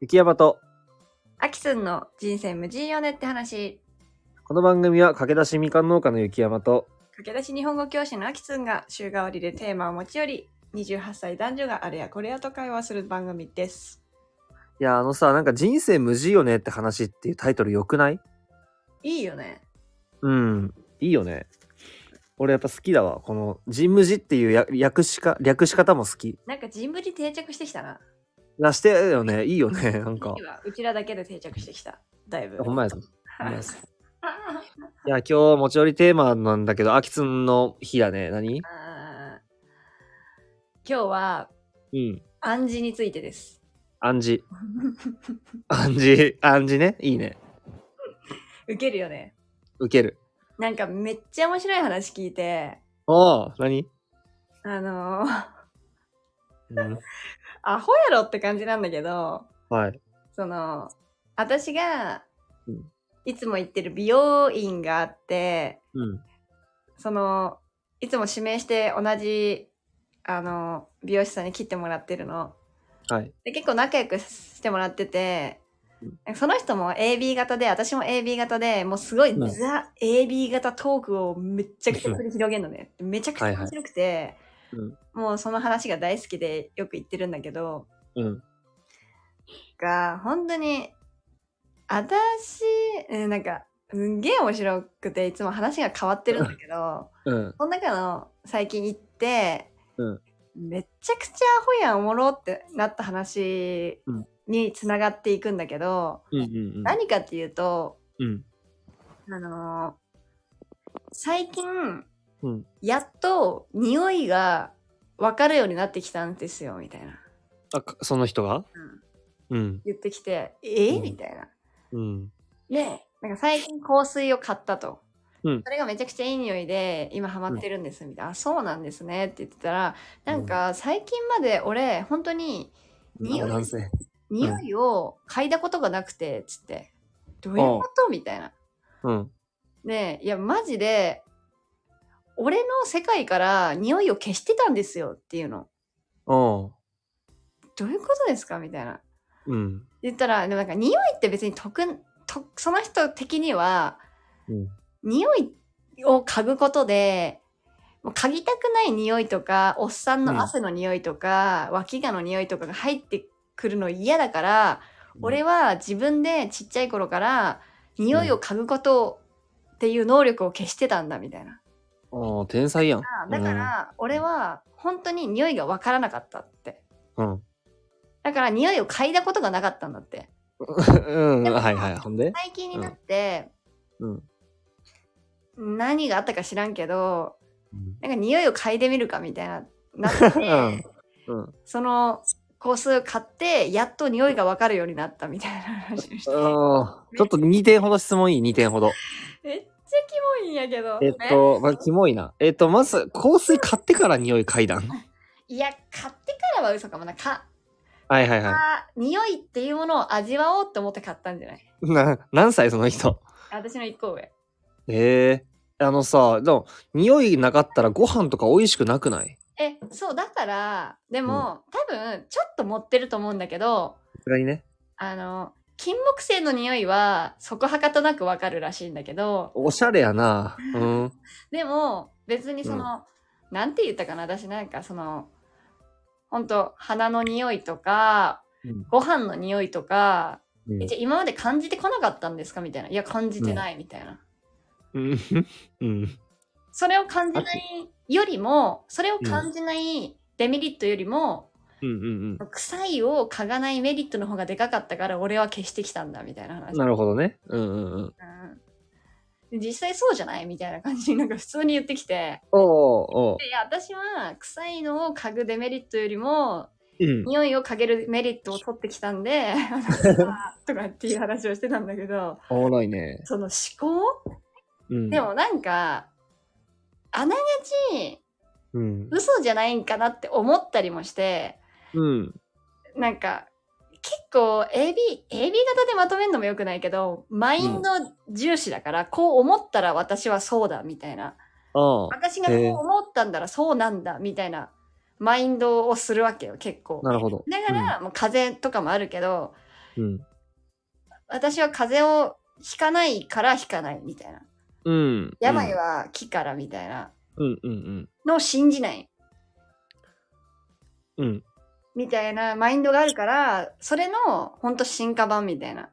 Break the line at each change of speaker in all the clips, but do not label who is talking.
雪山と、
アキスンの人生無人よねって話。
この番組は駆け出しみかん農家の雪山と、
駆け出し日本語教師のアキスンが週替わりでテーマを持ち寄り、28歳男女があれやこれやと会話する番組です。
いや、あのさ、なんか人生無事よねって話っていうタイトル良くない
いいよね。
うん、いいよね。俺やっぱ好きだわ。この、人無事っていうや略しか、略し方も好き。
なんか人ぶり定着してきたな。
出してよね。いいよ ね。なんか
いい。わうちらだけで定着してきた。だいぶ。
ほんまやぞ。ほんま
はい
や ぞいや、今日持ち寄りテーマなんだけど、秋津の日だね。何
あー今日は
うん。
暗示についてです。
暗示。暗示。暗示ね。いいね。
ウケるよね。
ウケる。
なんかめっちゃ面白い話聞いて、
おー、何
あのー、
う ん。
アホやろって感じなんだけど、
はい。
その私が
うん
いつも行ってる美容院があって
うん。
そのいつも指名して同じあの美容師さんに切ってもらってるの
はい。
で結構仲良くしてもらってて
うん
なんかその人も AB 型で私も AB 型でもうすごい
うん
ザ・ AB 型トークをめっちゃくちゃ繰り広げるのねめちゃくちゃ面白くて、
うん
もうその話が大好きでよく行ってるんだけど、
うん。
が本当に私うんなんかすんげえ面白くていつも話が変わってるんだけど
うん。
その中の最近行って、
うん
めっちゃくちゃアホやんおもろってなった話
うん
につながっていくんだけど、
うんうん
何かっていうと
うん。
あのー最近
うん。
やっと匂いが分かるようになってきたんですよみたいな、
あ、かその人が
うん
うん。
言ってきてえ
う
ー、
ん
みたいな。
うん。
で、なんか最近香水を買ったと。
うん
それがめちゃくちゃいい匂いで今ハマってるんですみたいな、あそうなんですねって言ってたらなんか最近まで俺本当に匂い
男性。
匂いを嗅いだことがなくてっつって、どういうことみたいな。
うん。
ねえいやマジで俺の世界から匂いを消してたんですよっていうの
お
どういうことですかみたいな
ううん。
言ったらでもなんか匂いって別に特とその人的には
うん。
匂いを嗅ぐことでもう嗅ぎたくない匂いとかおっさん
うん
の汗の匂いとか、脇がの匂いとかが入ってくるの嫌だから、俺は自分でちっちゃい頃から匂いを嗅ぐことっていう能力を消してたんだみたいな、
おー天才やん。
だから俺は本当に匂いが分からなかったって
うん。
だから匂いを嗅いだことがなかったんだって
うん。
でも
はいはい。ほんで
最近になって、
うん。
何があったか知らんけど
うん
なんか匂いを嗅いでみるかみたいななって、
うんうん。
その香水を買ってやっと匂いが分かるようになったみたいな話 をして
あーちょっと2点ほど質問いい ?2 点ほど。
めっちゃキモいんやけど、
えっ
ね
と、まあ、キモいな。えっと、まず、香水買ってから匂い嗅いだ ん。
いや買ってからは嘘かもなか、
はいはいは
あ匂いっていうものを味わおうって思って買ったんじゃない
い。な、何歳その人。
私の一個上
ええあのさ、でも、匂いなかったらご飯とか美味しくなくない
えそうだからでも、多分ちょっと持ってると思うんだけど
さすがにね。
あの金木犀の匂いはそこはかとなく分かるらしいんだけど
おしゃれやな。うん。
でも別にその、なんて言ったかな私なんかそのほんと花の匂いとか
うん
ご飯の匂いとか、
うん
えじゃあ今まで感じてこなかったんですかみたいないや感じてないみたいな、
うん。うん。
それを感じないよりもそれを感じないデメリットより
うんう
も、
ん
臭いを嗅がないメリットの方がでかかったから俺は消してきたんだみたいな話、
うん。なるほどね。うんうんうん。
うん実際そうじゃないみたいな感じになんか普通に言ってきて
おおお
でいや私は臭いのを嗅ぐデメリットよりも
う。うん。
匂いを嗅げるメリットを取ってきた んでとかっていう話をしてたんだけど
おもろいね。
その思考
うん。
でもなんかあながち
うん。
嘘じゃないんかなって思ったりもして
うん。
なんか結構 AB, AB 型でまとめるのもよくないけどマインド重視だから、こう思ったら私はそうだみたいな
ああ。
私がこう思ったんだらそうなんだみたいなマインドをするわけよ結構。
なるほど。
だから、もう風邪とかもあるけど
うん。
私は風邪をひかないからひかないみたいな。
うん。
病は木からみたいな
うんうんうん。
のを信じない
うん。
みたいなマインドがあるから、それのほんと進化版みたいな。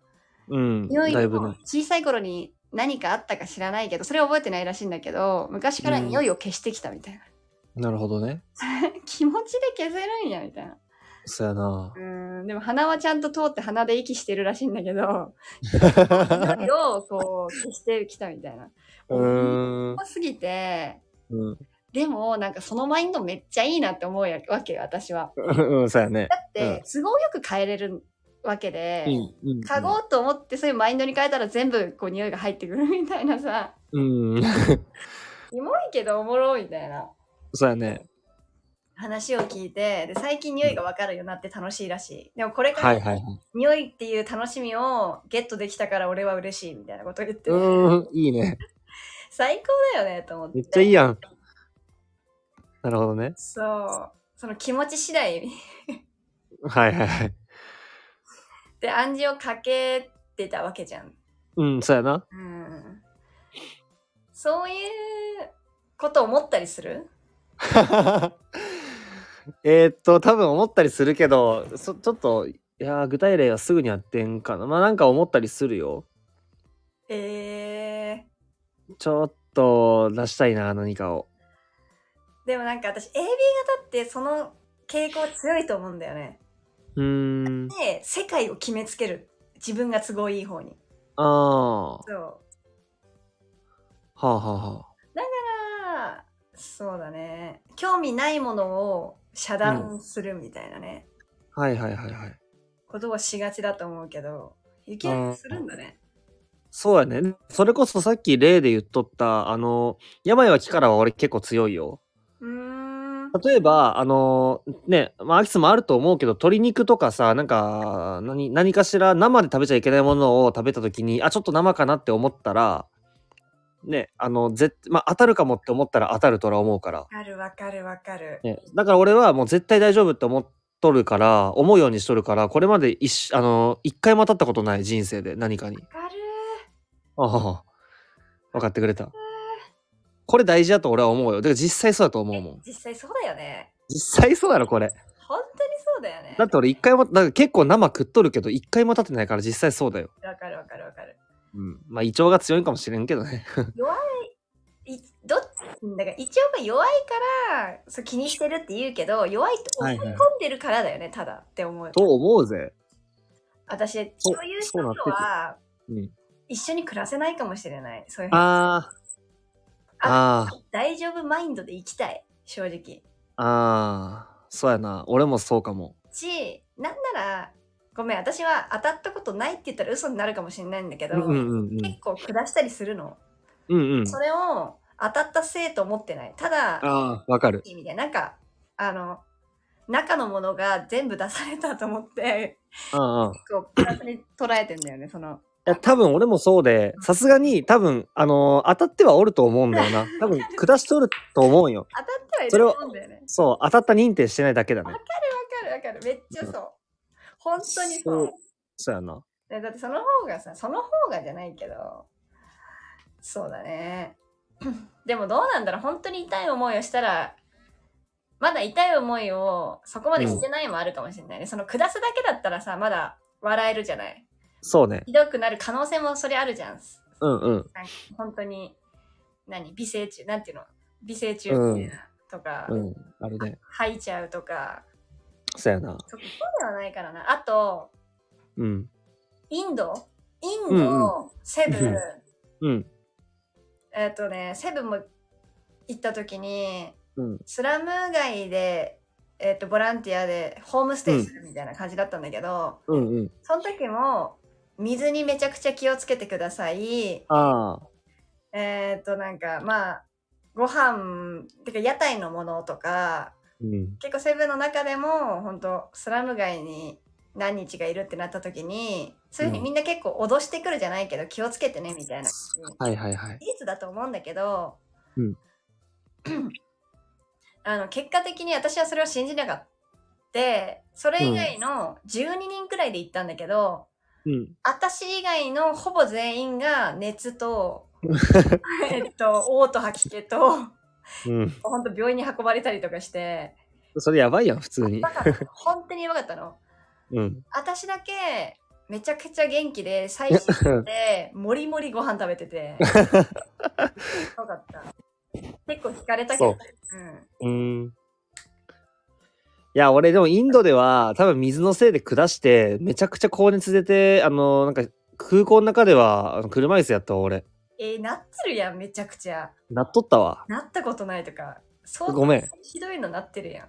うん。
匂い
だいぶ
も
ね。
小さい頃に何かあったか知らないけど、それ覚えてないらしいんだけど、昔から
うん
匂いを消してきたみたいな。
なるほどね。
気持ちで消せるんやみたいな。
そやな
う。ーん、でも鼻はちゃんと通って鼻で息してるらしいんだ けど、
う
匂いをこう消してきたみたいな。
ーん。
怖すぎて、
うん
でもなんかそのマインドめっちゃいいなって思うやわけよ、私は。
うん。そうやね。
だって、都合よく変えれるわけで、
うん。うん
嗅ごうと思ってそういうマインドに変えたら全部こう匂いが入ってくるみたいなさ、
うん。
キモいけどおもろいみたいな
そうやね。
話を聞いて、で最近匂いがわかるようになって楽しいらしい。でもこれか
はい
ら
はいはい。
匂いっていう楽しみをゲットできたから俺は嬉しいみたいなこと言って、
うーん。いいね。
最高だよねと思って。
めっちゃいいやん。なるほどね。
そう。その気持ち次第
はいはいはい。
で暗示をかけてたわけじゃん。
うん。そうやな。
うんそういうこと思ったりする
えーっと多分思ったりするけどそちょっといやー具体例はすぐには出んかなまあなんか思ったりするよ
え
ちょっと出したいな何かを
ー、でもなんか私 AB 型ってその傾向強いと思うんだよね。
うーん
で世界を決めつける自分が都合いい方に。
ああは
そうだ
あはあはあ
からそうだね興味ないものを遮断するみたいなね、
はいはいはいはい
ことをしがちだと思うけどいきなりするんだね。
そうやねそれこそさっき例で言っとったあの病は木からは俺結構強いよ
うーん
例えばあのねまあアキスもあると思うけど鶏肉とかさなんか何何かしら生で食べちゃいけないものを食べた時にあちょっと生かなって思ったらねあのぜまあ当たるかもって思ったら当たるとは思うから、
わかるわかるわかる。
ね、だから俺はもう絶対大丈夫って思っとるから思うようにしとるからこれまで一しあの一回も当たったことない人生で何かに
わかる
ああ分かってくれたこれ大事だと俺は思うよだから実際そうだと思うもん
実際そうだよね。
実際そうだろこれ
本当にそうだよね。
だって俺一回もだから結構生食っとるけど一回も立ってないから実際そうだよ、
わかるわかるわかる。
うん、まあ胃腸が強いかもしれんけどね
いどっちだから一応が弱いからそう気にしてるって言うけど弱いと思い込んでるからだよね、ただって思う。
と思うぜ
私
そう
そういう人
そうな
と
ってて
は
うん
一緒に暮らせないかもしれない。そういう
あーあー
大丈夫マインドで生きたい正直。
あーそうやな俺もそうかも
しなんならごめん私は当たったことないって言ったら嘘になるかもしれないんだけ
う
ど、
んうんうんうん
結構下したりするの。
うんうん
それを当たったせいと思ってない。ただ
ああわかる
みたいななんかあの中のものが全部出されたと思って
うんうんい
こうプラスに捉えてんだよねその
や多分俺もそうでさすがに多分あのー当たってはおると思うんだよ な多分下しとると思うんよ
当たってはいる
それ
と
を
思うんだよね
そう当たった認定してないだけだね
わかるわかるめっちゃそう本当にそう
そうやな
だってその方がさその方がじゃないけどそうだね でもどうなんだろう本当に痛い思いをしたらまだ痛い思いをそこまでしてないもあるかもしれないね、その下すだけだったらさまだ笑えるじゃない
そうね
ひどくなる可能性もそれあるじゃん
うんうん
なんか本当に何微生虫なんていうの微生虫みたいなとか、
うんあれね
吐いちゃうとか
そうやな
そこではないからなあと
うん
インドインド、
うん
セブン、
うんうん
えっとねセブンも行った時に
うん
スラム街で、えっとボランティアでホームステイするみたいな感じだったんだけど、
うんうん。
その時も水にめちゃくちゃ気をつけてください
ああ。
えっとなんかまあご飯てか屋台のものとか
うん。
結構セブンの中でも本当スラム街に何日がいるってなった時にそういうふうにみんな結構脅してくるじゃないけど、気をつけてねみたいな
はいはいはい。
事実だと思うんだけど、
うん
あの結果的に私はそれを信じなかったそれ以外の12人くらいで行ったんだけど、
うん。
私以外のほぼ全員が 熱とえっと嘔吐吐き気と
うん。
本当病院に運ばれたりとかして
それやばいやん、普通に
だ。から本当にやばかったの
うん。
私だけめちゃくちゃ元気で最新でもりもりご飯食べててよかった結構惹かれたけどうん
うん。いや、俺でもインドでは多分水のせいで下して、めちゃくちゃ高熱出て、あの、なんか空港の中ではあの車椅子やったわ、俺。
えーなってるやんめちゃくちゃ
なっとったわ。
なったことないとか相当
ごめん
ひどいのなってるや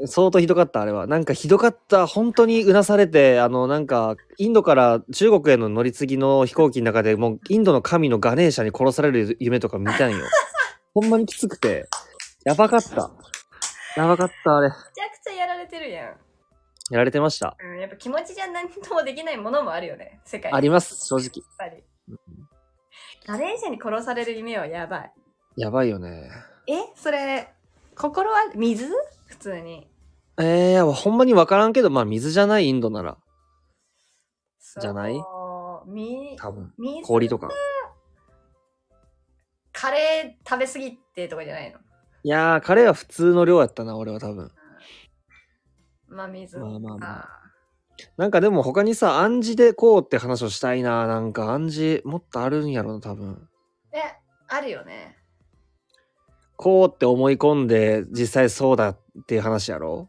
ん
相当ひどかった、あれは。なんかひどかった。本当にうなされて、あの、なんか、インドから中国への乗り継ぎの飛行機の中でもう、インドの神のガネーシャに殺される夢とか見たんよ。ほんまにきつくて。やばかった。やばかった、あれ。
めちゃくちゃやられてるやん
やられてました。
うん、やっぱ気持ちじゃ何ともできないものもあるよね、世界に
あります、正直。
やっぱり。ガレージャに殺される夢はやばい。
やばいよね。
え、それ、心は水普通に。
えー、ほんまにわからんけど、まあ、水じゃないインドなら、
そう
じゃない
み
多分、
水
氷とか。
カレー食べ過ぎてとかじゃないの。
いやー、カレーは普通の量やったな、俺は多分。
まあ水。
まあまあまあ
あ
なんかでも他にさ、暗示でこうって話をしたいな。なんか暗示もっとあるんやろな、多分。
ー。え、あるよね。
こうって思い込んで、実際そうだっていう話やろ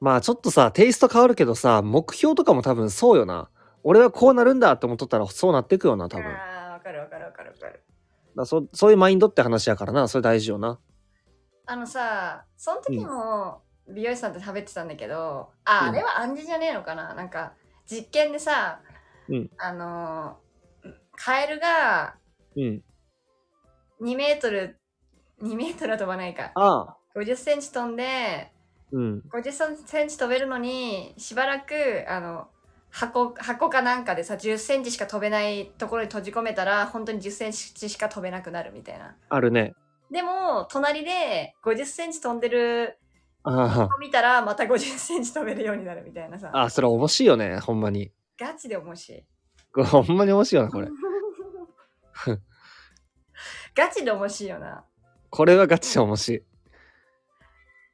まあちょっとさ、テイスト変わるけどさ、目標とかも多分そうよな。俺はこうなるんだって思っとったらそうなっていくよな、多分。だか
ああ、わかるわかるわかるわかる。
らそそういうマインドって話やからな、それ大事よな。
あのさ、その時も美容師さんと喋ってたんだけど、あ、あれは暗示じゃねえのかななんか、実験でさ、
うん
あのー、カエルが
うん。
2メートル、2メートルは飛ばないか、
ああ。
50センチ飛んで、
うん。
50センチ飛べるのに、しばらく、あの、箱、箱かなんかでさ、10センチしか飛べないところに閉じ込めたら、本当に10センチしか飛べなくなるみたいな。
あるね。
でも、隣で50センチ飛んでる
あ
を見たらまた50センチ飛べるようになるみたいなさ
あ。ああ、それ面白いよね、ほんまに。
ガチで面白い
これほんまに面白いよな、これ。
ガチで面白いよな
これはガチで面白い。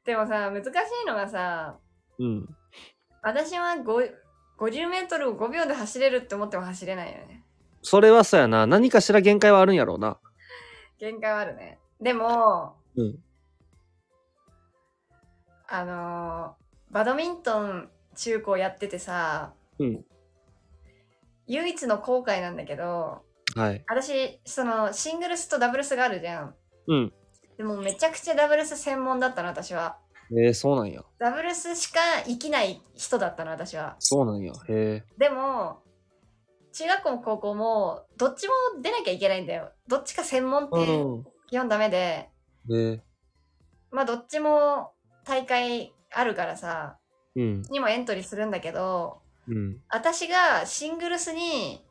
でもさ難しいのがさ
うん。
私は5 50メートルを5秒で走れるって思っても走れないよね
それはそうやな。何かしら限界はあるんやろうな。
限界はあるねでも
うん。
あのーバドミントン中高やっててさ
うん。
唯一の後悔なんだけど
はい。
私そのシングルスとダブルスがあるじゃん
うん。
でもめちゃくちゃダブルス専門だったの私は
えー、そうなんや。
ダブルスしか生きない人だったの私は
そうなんや。へえ。
でも中学校も高校もどっちも出なきゃいけないんだよどっちか専門って
うん。
基本ダメで、
へえ。
まあどっちも大会あるからさ
うん。
にもエントリーするんだけど
うん。
私がシングルスに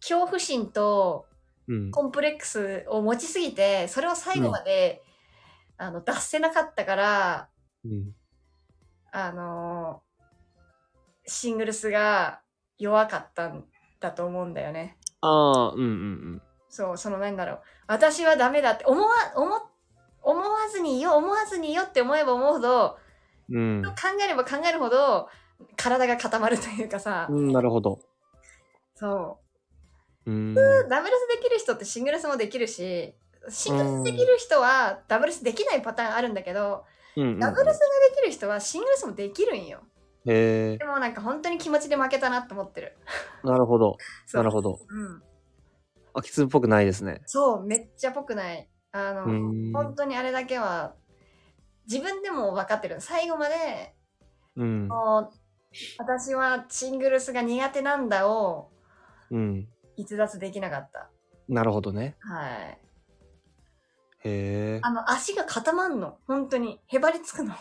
恐怖心と
うん。
コンプレックスを持ちすぎてそれを最後まで、あの出せなかったから
うん。
あのーシングルスが弱かったんだと思うんだよね。
ああ、うんうん
そう、その何だろう。私はダメだって思わ、思、思わずによ、思わずによって思えば思うほど、
うん。
考えれば考えるほど、体が固まるというかさ、
うん。うん、なるほど。
そう
ーん。
う。ダブルスできる人ってシングルスもできるし、シングルスできる人はダブルスできないパターンあるんだけど、
うんうん
ダブルスができる人はシングルスもできるんよ。
へえ
で。もなんか本当に気持ちで負けたなと思ってる。
なるほど。
そ
な
う
るほど。
うん。
あきつっぽくないですね。
そう、めっちゃぽくない。あの、
うん
本当にあれだけは、自分でも分かってる。最後まで、
うん。
もう、私はシングルスが苦手なんだを
うん。
逸脱できなかった。
なるほどね。
はい。
へえ。
あの、足が固まんの。本当に。へばりつくの。本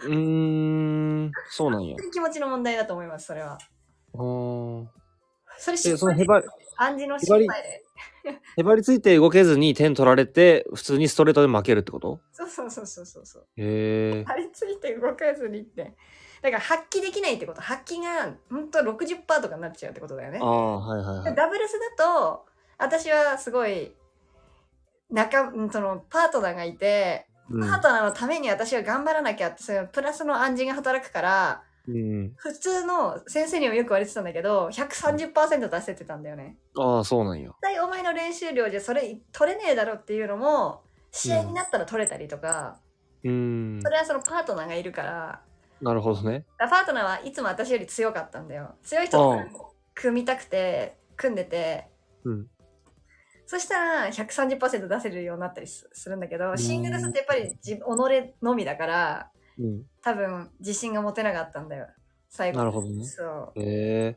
うーん。そうなんや
当。に気持ちの問題だと思います、それは。
うーん。
それ失
え、その
敗
へ
で。
ば、
暗示の
へ
失
ばり
敗で。
へばりついて動けずに点取られて、普通にストレートで負けるってこと
そうそうそうそうそうそう。
へえ
へ。ばりついて動かずにって。だから発揮できないってこと発揮が本当60%とかになっちゃうってことだよね
あ。あ、はいはいはい。
ダブルスだと私はすごい仲うんそのパートナーがいて、
う
パートナーのために私は頑張らなきゃってそういうプラスの暗示が働くから
ん。うん、
普通の先生にもよく言われてたんだけど130%出せてたんだよね。
ああ、そうなんや。
絶対お前の練習量じゃそれ取れねえだろっていうのも試合になったら取れたりとか、
うん
そ。れはそのパートナーがいるから
なるほどね。
だからパートナーはいつも私より強かったんだよ強い人と組みたくて組んでて
うん。
そしたら130%出せるようになったりすするんだけど
ん
シングルスってやっぱり自己のみだから
うん。
多分自信が持てなかったんだよ最後
なるほどね。
そう
へえ。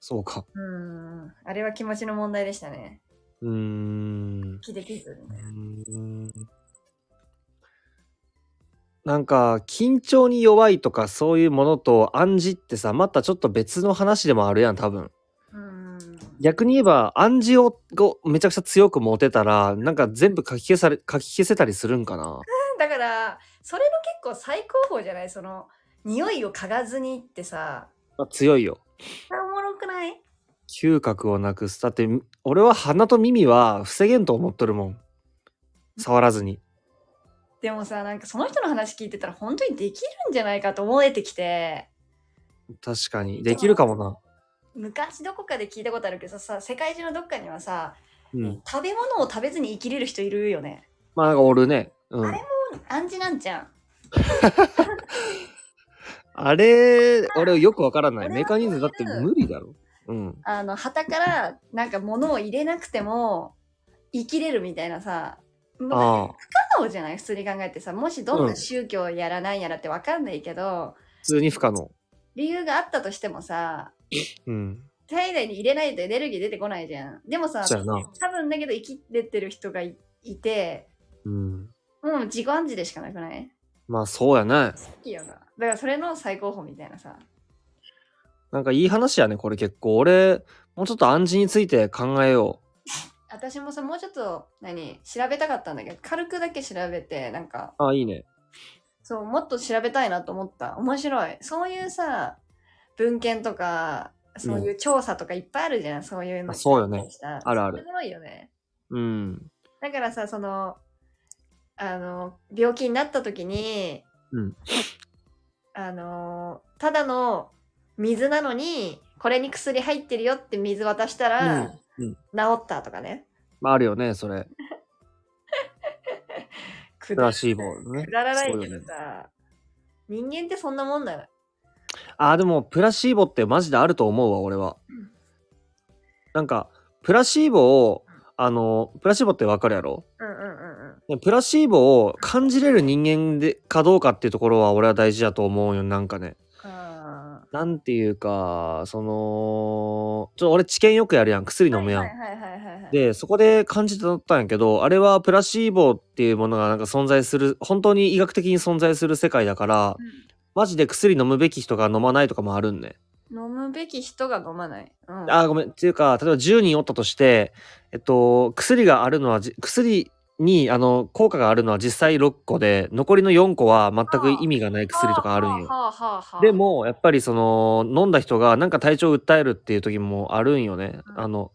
そうか。
うんあれは気持ちの問題でしたね
うーん。
気できず
うーんなんか緊張に弱いとかそういうものと暗示ってさまたちょっと別の話でもあるやん多分
うん
逆に言えば暗示をこうめちゃくちゃ強く持てたらなんか全部書き消され書き消せたりするんかな
だからそれの結構最高峰じゃないその匂いを嗅がずにってさ
あ強いよ
それおもろくない
嗅覚をなくすだって俺は鼻と耳は防げんと思っとるもん触らずに
でもさなんかその人の話聞いてたら本当にできるんじゃないかと思えてきて
確かにできるかもな
昔どこかで聞いたことあるけどさ世界中のどっかにはさ
うん
食べ物を食べずに生きれる人いるよね
まあなんかおるねうん
あれ暗示なんじゃん
あれ、俺よくわからない。
俺は
メカニズムだって
こういう
無理だろ。うん。
あの旗からなんか物を入れなくても生きれるみたいなさ不可
ああ。
能じゃない普通に考えてさもしどんな宗教やらなんやらってわかんないけど、
普通に不可能。
理由があったとしてもさ
うん。
体内に入れないとエネルギー出てこないじゃんでもさ
そうやな。
多分だけど生きれてる人がいいて
うん。
もう自己暗示でしかなくない
まあそうやね。
好きよなだからそれの最高峰みたいなさ
なんかいい話やね、これ結構。俺、もうちょっと暗示について考えよ
私もさもうちょっと何調べたかったんだけど軽くだけ調べてなんか
う。あ、いいね。
そうもっと調べたいなと思った面白いそういうさ文献とかそういう調査とかいっぱいあるじゃん、そういうの
あそうよね
あ
あるある
面白いよね
うん。
だからさそのあの病気になった時に、
うん
あのただの水なのにこれに薬入ってるよって水渡した
う
ら、
んうん
治ったとかね
まああるよね、そ れ。
く
プラシーボね
く。だらない
そう
け
よね
どさ、人間ってそんなもんだよ
あ、でもプラシーボってマジであると思うわ、俺は
うん。
なんか、プラシーボを、あの、プラシーボってわかるやろ
うんうんうんうん
ねプラシーボを感じれる人間でかどうかっていうところは俺は大事だと思うよなんかね
あ
なんていうかそのちょっと俺治験よくやるやん薬
ー
飲むやん、
はいはいはいはいはいはい
でそこで感じてたんやけどあれはプラシーボっていうものがなんか存在する本当に医学的に存在する世界だからマジで薬飲むべき人が飲まないとかもあるんね
うん飲むべき人が飲まない、うん、
あーごめんっていうか例えば10人おったとしてえっと薬があるのはじ薬にあの効果があるのは実際6個で残りの4個は全く意味がない薬とかあるんよ。
はあはあはあ
でもやっぱりその飲んだ人がなんか体調を訴えるっていう時もあるんよね。
うん
あの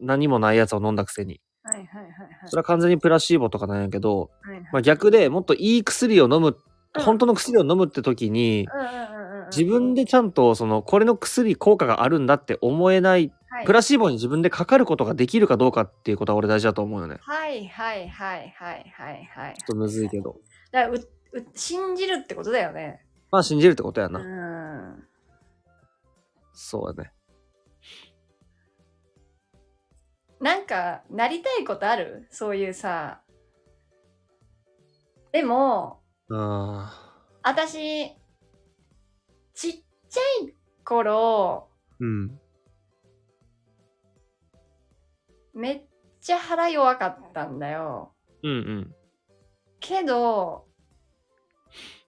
何もないやつを飲んだくせに。
はいはいはいはい
それは完全にプラシーボとかなんやけど、
はいはい
まあ、逆でもっといい薬を飲む
うん
本当の薬を飲むって時に
うんうんうんうんうん
自分でちゃんとそのこれの薬効果があるんだって思えない
はい
プラシーボに自分でかかることができるかどうかっていうことは俺大事だと思うよね。
はいはいはいはいはいはい
ちょっとむずいけど。
だからうう信じるってことだよね
まあ信じるってことや
う
な。
ん
そうだね。
なんかなりたいことあるそういうさでも
ああ。
私ちっちゃい頃
うん。
めっちゃ腹弱かったんだよ
うんうん。
けど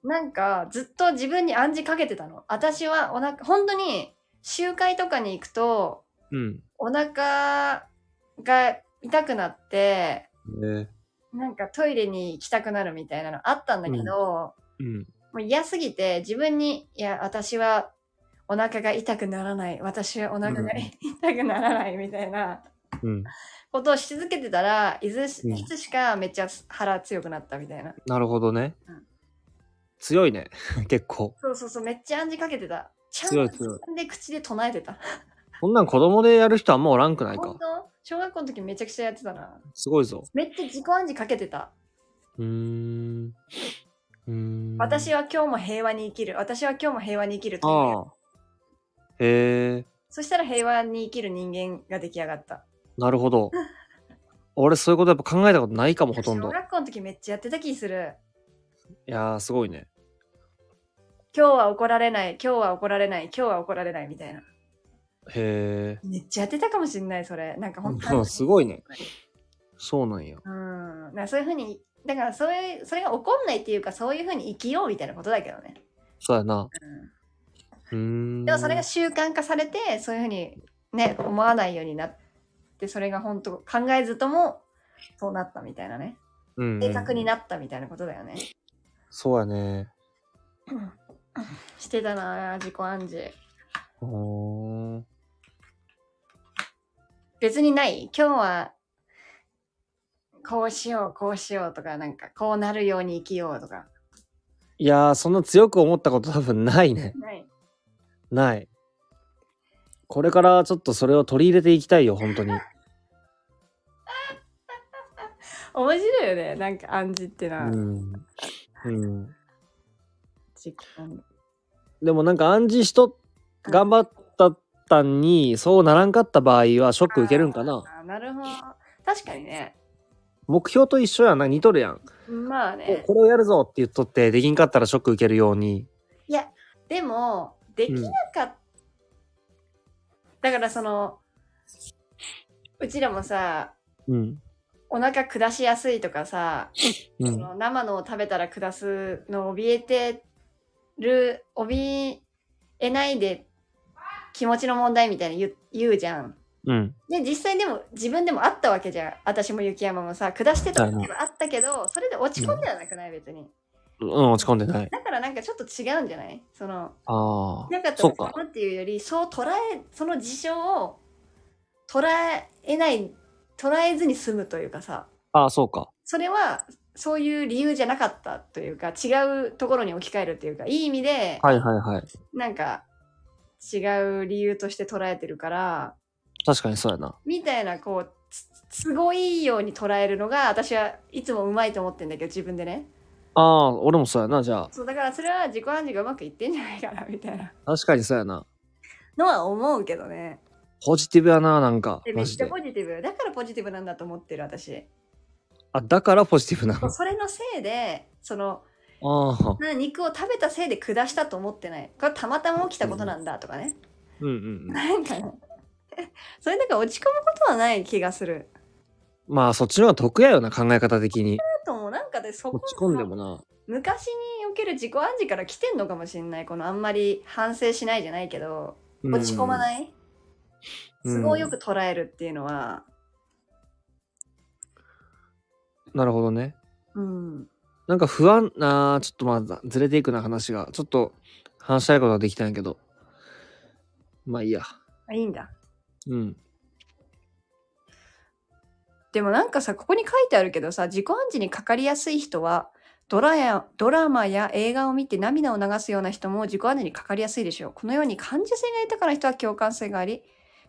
なんかずっと自分に暗示かけてたの私はお腹本当に集会とかに行くと
うん。
お腹が痛くなって
えー
なんかトイレに行きたくなるみたいなのあったんだけど、
うん。
もう嫌すぎて自分にいや私はお腹が痛くならない私はお腹が、
うん
痛くならないみたいな
うん。
ことをし続けてたらいずし
うん
いつしかめっちゃ腹強くなったみたいな、
なるほどね
うん。
強いね。 結構。
そうそうそうめっちゃ暗示かけてたちゃん
強い
と
強い。
で口で唱えてた
こんなん子供でやる人あんまおらんくないか
本。当小学校の時めちゃくちゃやってたな
すごいぞ。
めっちゃ自己暗示かけてた
うーん。うーん。
私
は。
は今日も平和に生きる私は今日も平和に生きるという
ああ。へえ。
そしたら平和に生きる人間が出来上がった
なるほ ど。俺そういうことやっぱ考えたことないかもほとんど。
小
い
学校の時めっちゃやってた気する
やーすごいね。
今日は怒られない今日は怒られない今日は怒られないみたいな
へ
めっちゃやってたかもしんないそれなんか本当
え。
に
すごいね。そうなんや。
うんだからそういうふうにだからそういうそれが怒んないっていうかそういうふうに生きようみたいなことだけどね、
そうやな。
うん
うーん。
でもそれが習慣化されてそういうふうにね思わないようになってそれが本当考えずともそうなったみたいなね
うんうん
正確になったみたいなことだよね、
そうやね。
してたな自己暗示
おー
別にない今日はこうしようこうしようとかなんかこうなるように生きようとか
いやーそんな強く思ったこと多分ないね。
ない
ない。これからちょっとそれを取り入れていきたいよ、本当に。
面白いよねなんか暗示って
う
な、
ん。うん。
自己暗示
でもなんか暗示しと、頑張ったったんに、そうならんかった場合はショック受けるんかな。
あーなるほど確かにね
目標と一緒やな、似とるやん。
まあね
これをやるぞって言っとって、できんかったらショック受けるように。
いやでもできなかった、だからそのうちらもさ
うん。
お腹下しやすいとかさ、
う
そ
ん。
の生のを食べたら下すのを怯えてる怯えないで気持ちの問題みたいな言う言うじゃん。
うん。
で実際でも自分でもあったわけじゃん私も雪山もさ下してた時はあったけどそれで落ち込んではなくない別に
うん、落ち込んでない。
だからなんかちょっと違うんじゃないその
ああ。
なかった
そ
ら
うか
困るっていうよりそう捉えその事象を捉えない捉えずに済むというかさ
ああ、そうか。
それはそういう理由じゃなかったというか違うところに置き換えるっていうかいい意味で
はいはいはい。
なんか違う理由として捉えてるから
確かにそうやな。
みたいなこうつ都合いいように捉えるのが私はいつもうまいと思ってんだけど自分でね
ああ、俺もそうやな、じゃあ。
そうだからそれは自己暗示がうまくいってんじゃないかなみたいな
確かにそうやな。
のは思うけどね
ポジティブやな、なんか
で。め
マ
っ
ジ
ちゃ
で。
ポジティブだからポジティブなんだと思ってる私
あ、だからポジティブなの。
それのせいでその
ああ。
な肉を食べたせいで下したと思ってないこれたまたま起きたことなんだとかね、
うんうんうん。
なんかね それだから落ち込むことはない気がする
まあそっちの方が得やよな、考え方的に。
あともうなんかでそこ
落ち込んでもな。
昔における自己暗示から来てんのかもしれないこのあんまり反省しないじゃないけど落ち込ま
い。
ない、
うん
都合よく捉えるっていうのは
なるほどね。
うん
なんか不安、あーちょっとまあずれていくな話が。ちょっと話したいことはできたんやけど。まあいいや。
あいいんだ
うん。
でもなんかさここに書いてあるけどさ自己暗示にかかりやすい人はドラやドラマや映画を見て涙を流すような人も自己暗示にかかりやすいでしょう。このように感受性が豊かな人は共感性があり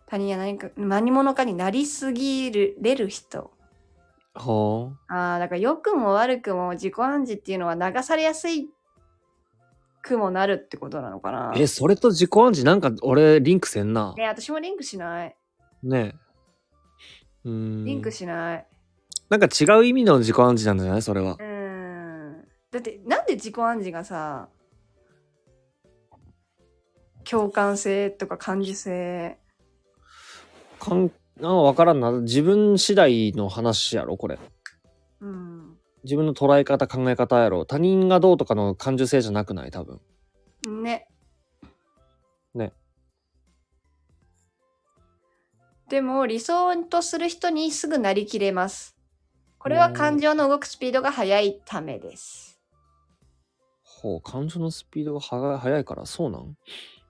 他人や何か何者かになりすぎるれる人。
ほう。
ああだから良くも悪くも自己暗示っていうのは流されやすいくもなるってことなのかな。
え、それと自己暗示なんか俺リンクせんな。
ね私もリンクしない。
ねえ。うーん。
リンクしない。
なんか違う意味の自己暗示なんじゃないそれは
う。ーん。だってなんで自己暗示がさ共感性とか感受性
かん、あわからんな。自分次第の話やろ、これ。
うん
自分の捉え方考え方やろ他人がどうとかの感受性じゃなくない多分
ね
ね
でも理想とする人にすぐなりきれますこれは感情の動くスピードが速いためです
ほう、感情のスピードがはが速いから、そうなん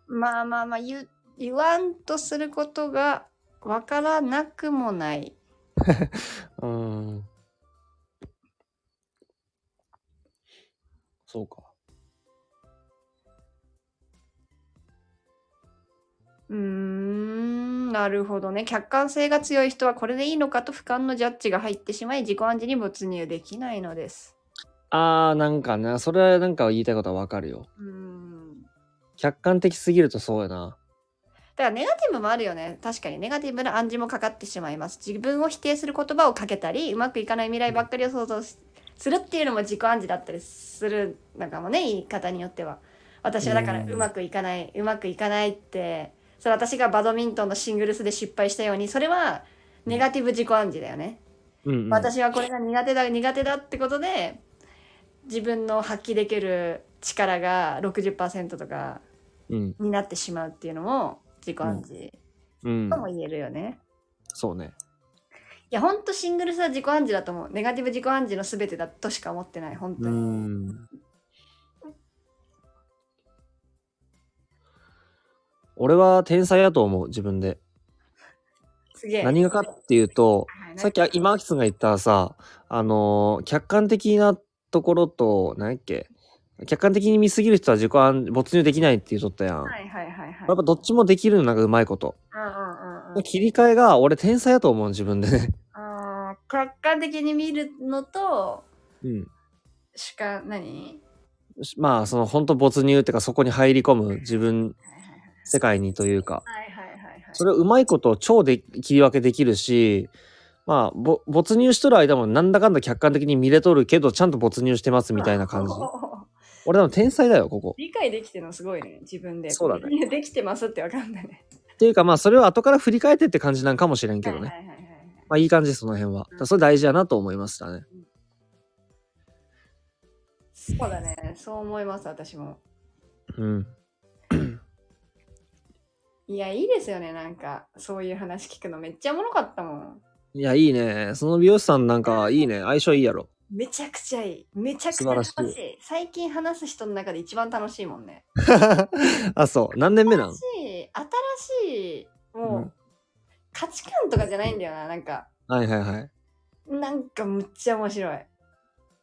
まあまあまあ言う言わんとすることがわからなくもない。
うーん。そうか。
うーんなるほどね。客観性が強い人はこれでいいのかと俯瞰のジャッジが入ってしまい自己暗示に没入できないのです。
あー、なんかな、それはなんか言いたいことはわかるよ。
うーん
客観的すぎるとそうやな。
だからネガティブもあるよね。確かにネガティブな暗示もかかってしまいます。自分を否定する言葉をかけたり、うまくいかない未来ばっかりを想像しするっていうのも自己暗示だったりするのかもね、言い方によっては。私はだから
うん
うまくいかない、うまくいかないって、それ私がバドミントンのシングルスで失敗したように、それはネガティブ自己暗示だよね。
うん、うん。
私はこれが苦手だ苦手だってことで自分の発揮できる力が60%とか
うん。
になってしまうっていうのも自己暗示
うん
と。も言えるよね。
そうね。
いやほんとシングルスは自己暗示だと思うネガティブ自己暗示の全てだとしか思ってない本
う
当
ー
に。
ん。俺は天才やと思う、自分で。
すげえ。
何がかっていうと、
はい
さっきあ今秋さんが言ったさあのー客観的なところと何やっけ客観的に見すぎる人は自己暗没入できないって言うとったやん、
はいはいはいはい。
やっぱどっちもできるのなんかうまいこと、
うんうんうんうん
切り替えが俺天才やと思う自分でね
あー客観的に見るのと
うん
主観何
まあその本当没入っていうかそこに入り込む自分世界にというか
はいはいはいはい。
それをうまいこと超で切り分けできるしまあぼ没入しとる間もなんだかんだ客観的に見れとるけどちゃんと没入してますみたいな感じ俺でも天才だよここ
理解できてるのすごいね自分で
そうだね
いやできてますってわかんないね
っていうかまあそれを後から振り返ってって感じなんかもしれん けど
はい
ね。
はいはいはい
まあいい感じですその辺は。だからそれ大事やなと思いましたね。
そうだねそう思います私も
うん。
いやいいですよねなんかそういう話聞くのめっちゃおもろかったもん
いやいいね。その美容師さんなんかいいね。相性いいやろ。
めちゃくちゃいいめちゃくち
素
ゃ
晴ら
楽
し
し
い
い最近話す人の中で一番楽しいもんね
あそう。何年目なん
新しい新しいもう、
うん
価値観とかじゃないんだよななんか
はいはいはい。
なんかむっちゃ面白い。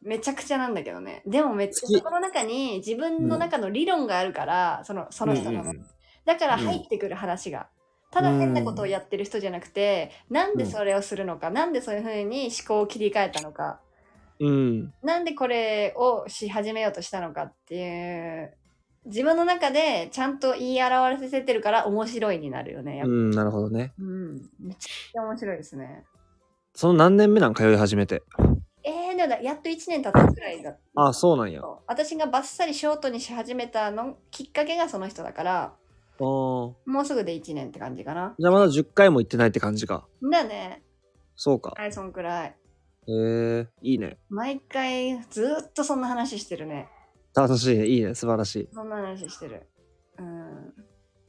めちゃくちゃなんだけどね。でもめっちゃ
好き
そこの中に自分の中の理論があるから、そのその人の、
うんうんうん
だから入ってくる話が。ただ変なことをやってる人じゃなくて、なんでそれをするのか、なんでそういうふうに思考を切り替えたのか、
うん。
なんでこれをし始めようとしたのかっていう、自分の中でちゃんと言い表せてるから面白いになるよね。やっ
う
ぱ
ん、なるほどね。
うん、めちゃくちゃ面白いですね。
その何年目なん通い始めて。
えー、でもだやっと1年経ったくらいだった。
あそうなんや。あ
そう私がバッサリショートにし始めたのきっかけがその人だから
ー
もうすぐで1年って感じかな
じゃあまだ10回も行ってないって感じか。
だね
そうか。
はいそんくらい
へえ、いいね。
毎回ずーっとそんな話してるね
楽しいね。いいね。素晴らしい。
そんな話してるうん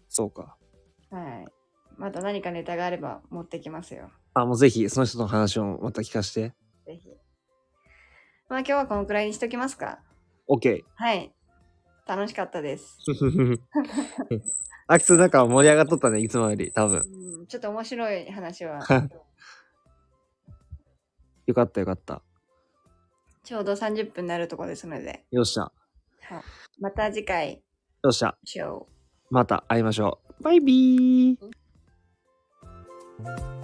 そうか。
はいまた何かネタがあれば持ってきますよ
あ、もうぜひ、その人の話をまた聞かせて。
ぜひまあ今日はこのくらいにしときますか
OK。
はい楽しかったです、
アキツなんか盛り上がっとったね、いつもより、多分。
うん、ちょっと面白い話は
よかったよかった。
ちょうど30分になるとこですので
よっしゃ。
また次回
よっしゃ。
ショー
また会いましょう。バイビー。